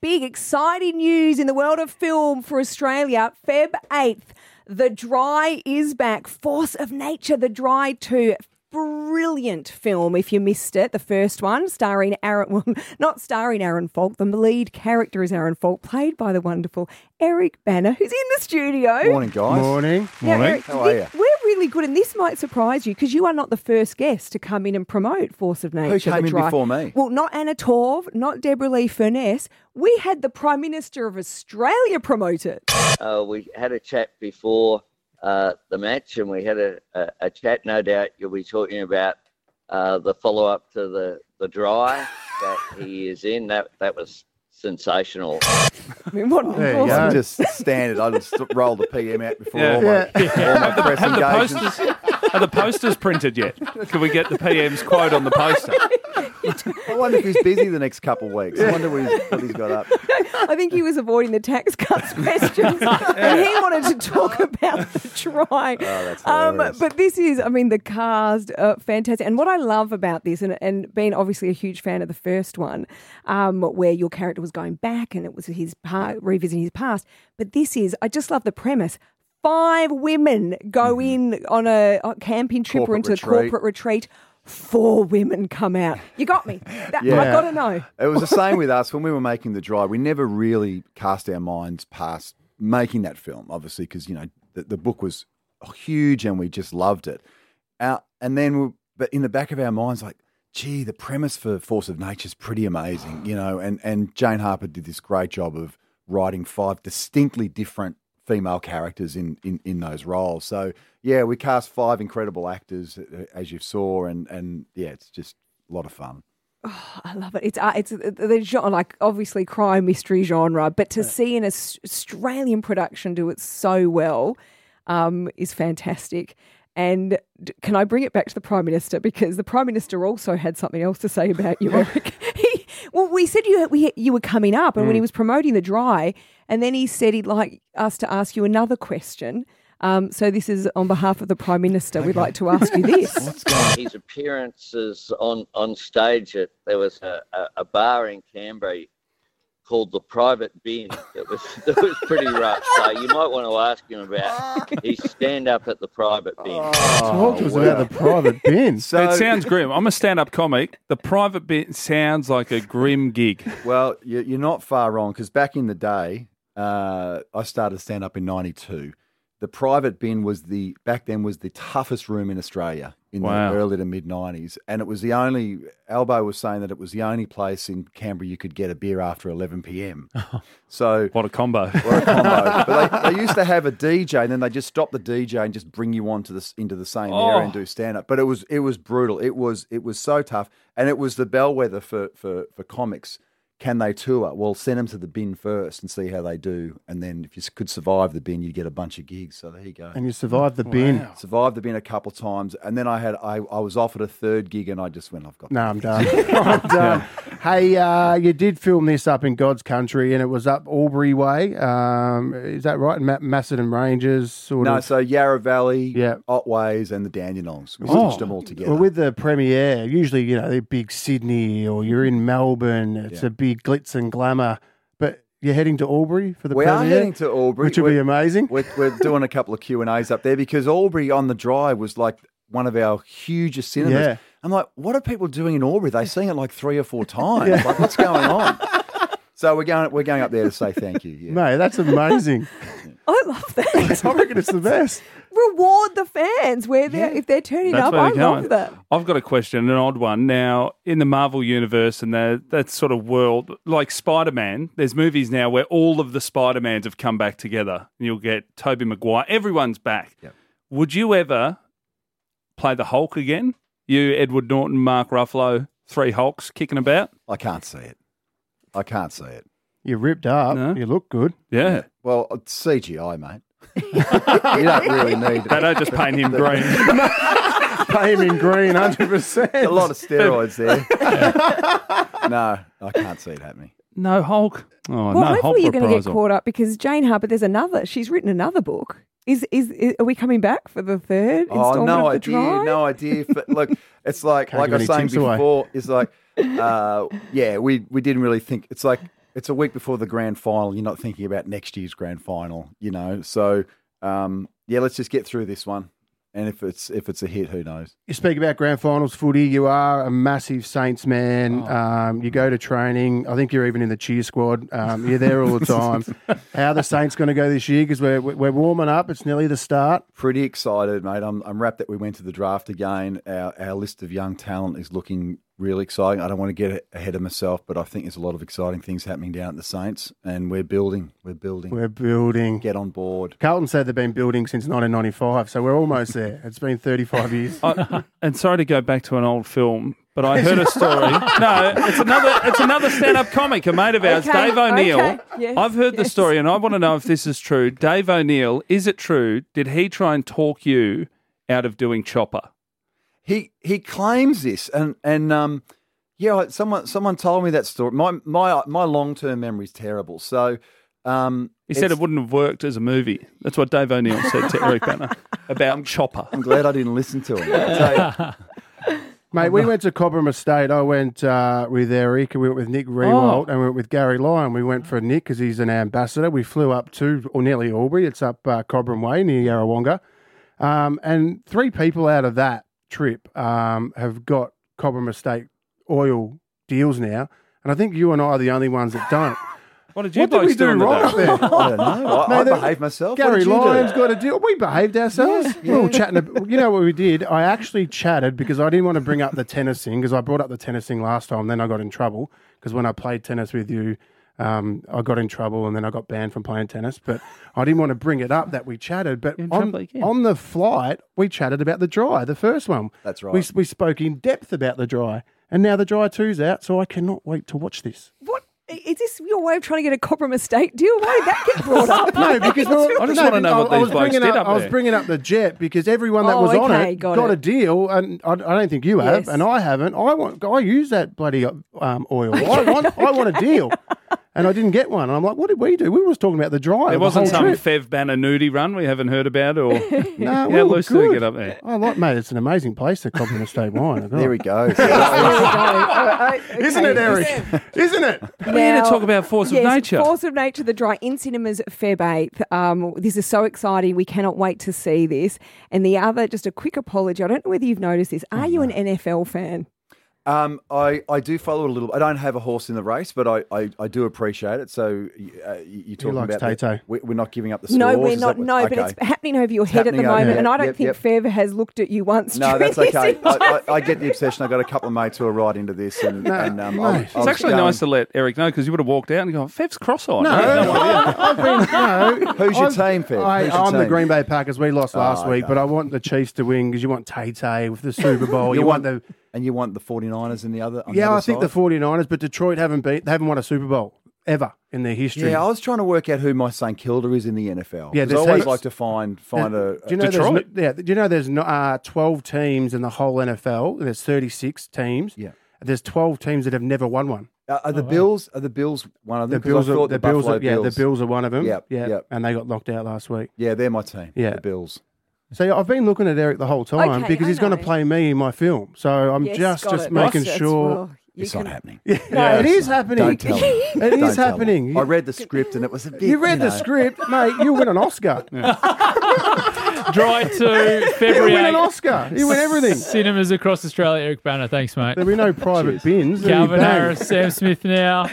Big exciting news in the world of film for Australia. Feb 8th, The Dry is back. Force of Nature, The Dry 2. Brilliant film if you missed it, the first one, starring Aaron, well, not starring Aaron Falk. The lead character is Aaron Falk, played by the wonderful Eric Banner, who's in the studio. Morning, guys. Morning. Now, Eric, How are thi- ya? We're really good, and this might surprise you because you are not the first guest to come in and promote Force of Nature. came the in dry- before me? Well, not Anna Torv, not Deborah Lee Furness. We had the Prime Minister of Australia promote it. Uh, we had a chat before uh, the match, and we had a, a, a chat. No doubt you'll be talking about uh, the follow up to the, the dry that he is in. That that was sensational. I mean, what an There you awesome- go. I'm just standard. I just roll the PM out before Yeah. all my, all my Have, the, press have the engagements. posters? Are the posters printed yet? Can we get the PM's quote on the poster? I wonder if he's busy the next couple of weeks. I wonder what he's, what he's got up. I think he was avoiding the tax cuts questions, and he wanted to talk about the try. Oh, Um, that's hilarious. but this is, I mean, the cast, uh, fantastic. And what I love about this, and, and being obviously a huge fan of the first one, um, where your character was going back and it was his part, revisiting his past. But this is, I just love the premise. Five women go in on a, a camping trip or Mm-hmm. Corporate into a retreat. corporate retreat. Four women come out. You got me. That, I've Yeah. got to know. It was the same with us when we were making the drive. We never really cast our minds past making that film, obviously, because you know the, the book was huge and we just loved it. Our, and then, we, but in the back of our minds, like, gee, the premise for Force of Nature is pretty amazing, you know. And and Jane Harper did this great job of writing five distinctly different female characters in in, in those roles. So yeah, we cast five incredible actors, uh, as you saw, and and yeah, it's just a lot of fun. I love it. It's uh, it's uh, the genre, like obviously crime mystery genre, but to see an Aus- Australian production do it so well um, is fantastic. And d- can I bring it back to the Prime Minister because the Prime Minister also had something else to say about you, Eric. He, well, we said you we, you were coming up, and when he was promoting the dry, and then he said he'd like us to ask you another question. Um, so this is on behalf of the Prime Minister. We'd like to ask you this. His appearances on on stage at there was a, a, a bar in Canberra called the Private Bin that was that was pretty rough. So you might want to ask him about his stand up at the Private Bin. Talk to us about the private bin. So it sounds grim. I'm a stand-up comic. The private bit sounds like a grim gig. Well, you- you're not far wrong because back in the day, uh, I started stand up in '92. The private bin was the back then was the toughest room in Australia in Wow. the early to mid '90s, and it was the only. Albo was saying that it was the only place in Canberra you could get a beer after 11 p.m. so What a combo! or a combo. but they, they used to have a DJ, and then they just stop the DJ and just bring you on to this into the same area and Oh. do stand up. But it was it was brutal. It was it was so tough, and it was the bellwether for for for comics. Can they tour? Well, send them to the bin first and see how they do, and then if you s- could survive the bin, you get a bunch of gigs. So there you go. And you survived the bin. Survived the bin a couple of times, and then I had I, I was offered a third gig, and I just went, I've got No, I'm done. I'm done. Hey, uh, you did film this up in God's country, and it was up Albury Way. Um, is that right? Ma- Macedon Ranges, sort no. of. So Yarra Valley, Yeah. Otways, and the Dandenongs. We Oh. stitched them all together. Well, with the premiere, usually you know they're big Sydney or you're in Melbourne. It's Yeah. a big glitz and glamour, but you're heading to Albury for the we premiere, are heading to Albury, which will We're- be amazing. we're, we're doing a couple of Q and A's up there because Albury on the drive was like one of our hugest cinemas. Yeah. I'm like, what are people doing in Albury? They've seen it like three or four times. Like, what's going on? so we're going we're going up there to say thank you. Yeah. Mate, that's amazing. I love that. I reckon it's the best. reward the fans where they're if they're turning That's up. where I they're love going. that. I've got a question, an odd one. Now, in the Marvel universe and the, that sort of world, like Spider Man, there's movies now where all of the Spider Mans have come back together. And you'll get Toby Maguire, everyone's back. Yep. Would you ever play the Hulk again? You, Edward Norton, Mark Ruffalo, three Hulks kicking about? I can't see it. I can't see it. You ripped up. No. You look good. Yeah. Well, uh, it's CGI, mate. you don't really need They don't just paint him green. Pay him in green, hundred percent. a lot of steroids there. no, I can't see it happening. No Hulk. Oh, Well, no Hulk hopefully you're going to get reprisal. caught up because Jane Harper. There's another. She's written another book. Is is, is are we coming back for the third Oh, installment no of the idea, Drive? no idea. But look, it's like Can't like I give was any saying tips away. before. It's like, uh, yeah, we we didn't really think. It's like it's a week before the grand final. You're not thinking about next year's grand final, you know. So um, yeah, let's just get through this one. And if it's if it's a hit, who knows? You speak about grand finals footy. You are a massive Saints man. Um, you go to training. I think you're even in the cheer squad. Um, you're there all the time. How are the Saints going to go this year? Because we're we're warming up. It's nearly the start. Pretty excited, mate. I'm I'm wrapped that we went to the draft again. Our our list of young talent is looking really exciting. I don't want to get ahead of myself, but I think there's a lot of exciting things happening down at the Saints, and we're building. We're building. We're building. get on board. Carlton said they've been building since 1995, so we're almost there. It's been 35 years. I, and sorry to go back to an old film, but I heard a story. no, it's another it's another stand up comic, a mate of ours, Okay, Dave O'Neill. okay. Yes, I've heard the yes. story, and I want to know if this is true. Dave O'Neill, is it true? Did he try and talk you out of doing Chopper? He he claims this, and and um, yeah, someone someone told me that story. My my my long term memory is terrible, so. Um, He said it's- it wouldn't have worked as a movie. That's what Dave O'Neill said to Eric Banner about Chopper. I'm glad I didn't listen to him. I'll tell you. Mate, we went to Cobram Estate. I went uh, with Eric, and we went with Nick Rewalt, and we went with Gary Lyon. We went for Nick because he's an ambassador. We flew up to, or nearly Albury. It's up uh, Cobram Way near Yarrawonga. Um, and three people out of that trip um, have got Cobram Estate oil deals now. And I think you and I are the only ones that don't. What did you what did blokes we do on the wrong day? up there? I don't know. I, No, I there- behave myself. What Gary did you do? Lyon's got a deal. We behaved ourselves. We were chatting. ab- You know what we did? I actually chatted because I didn't want to bring up the tennis thing because I brought up the tennis thing last time. Then I got in trouble because when I played tennis with you, um, I got in trouble and then I got banned from playing tennis. But I didn't want to bring it up that we chatted. But in trouble on, again. on the flight, we chatted about the dry, the first one. That's right. We, s- we spoke in depth about the dry. And now the dry two's out, so I cannot wait to watch this. What is this your way of trying to get a Cobram estate deal? Why did that get brought up? No, because I just wanna know what I these was blokes bringing did up, up I was there. bringing up the jet because everyone that Oh, was on okay, it got got, it. a deal, and I, I don't think you have, Yes. and I haven't. I want, I use that bloody um, oil. I want, I want a deal, and I didn't get one. And I'm like, what did we do? We was talking about the drive. There the wasn't whole some trip. Fev Banner nudie run we haven't heard about, or No, how we were loose did it good. get up there? I like, mate. It's an amazing place, the Cobram Estate Wine. There we go. Isn't it, Eric? Isn't it? We're here to Now- talk about force Yes, of nature. Force of Nature, The Dry, in cinemas Feb 8th. Um, this is so exciting. We cannot wait to see this. And the other, just a quick apology. I don't know whether you've noticed this. Oh, Are you an NFL fan? Um, I, I do follow it a little. I don't have a horse in the race, but I, I, I do appreciate it. So uh, you- you're talking likes about the- Tato. we, we're not giving up the scores. No, we're is not. that what- No, but okay. it's happening over your head at the happening moment. over your And I don't head. think Yep, Fev has looked at you once. during no, that's okay. this I, I, I get the obsession. I got a couple of mates who are right into this, and, and um, I, I mate. It's was actually going- nice to let Eric know because you would have walked out and gone, Fev's cross-eyed. No, I've been, no. Who's your I've- team, Fed? I, Who's your I'm the team? Green Bay Packers. We lost last Oh, week, okay. but I want the Chiefs to win because you want Tay Tay with the Super Bowl. you, want, the Oh, and you want the 49ers and the other. on the yeah. other I think side? the 49ers, but Detroit haven't beat, they haven't won a Super Bowl ever in their history. Yeah, I was trying to work out who my St Kilda is in the NFL. Yeah, Yeah, I there's always heaps. like to find find a. do you know there's no, Detroit. yeah, do you know there's no, uh, 12 teams in the whole NFL? There's 36 teams. Yeah. There's 12 teams that have never won one. Are, are the Bills? Are the Bills one of Oh, The them? 'Cause I Bills, are, thought the Bills, are, Buffalo yeah, the Bills are one of them. Yep, yeah, yep. and they got locked out last week. Yeah, they're my team. Yeah. the Bills. So yeah, I've been looking at Eric the whole time Okay, because I he's going to know. play me in my film. So I'm Yes, just got just it. making That's- sure. well, you It's can- not happening. No, it is happening. Don't tell me. It Don't is tell me. happening. I You, read the script and it was a bit. you read the know. script, mate. You win an Oscar. Dry to You February win an 8th. Oscar. You win everything. Cinemas across Australia. Eric Banner, thanks, mate. There'll be no private bins. There'll be Calvin bang. Harris, Sam Smith now.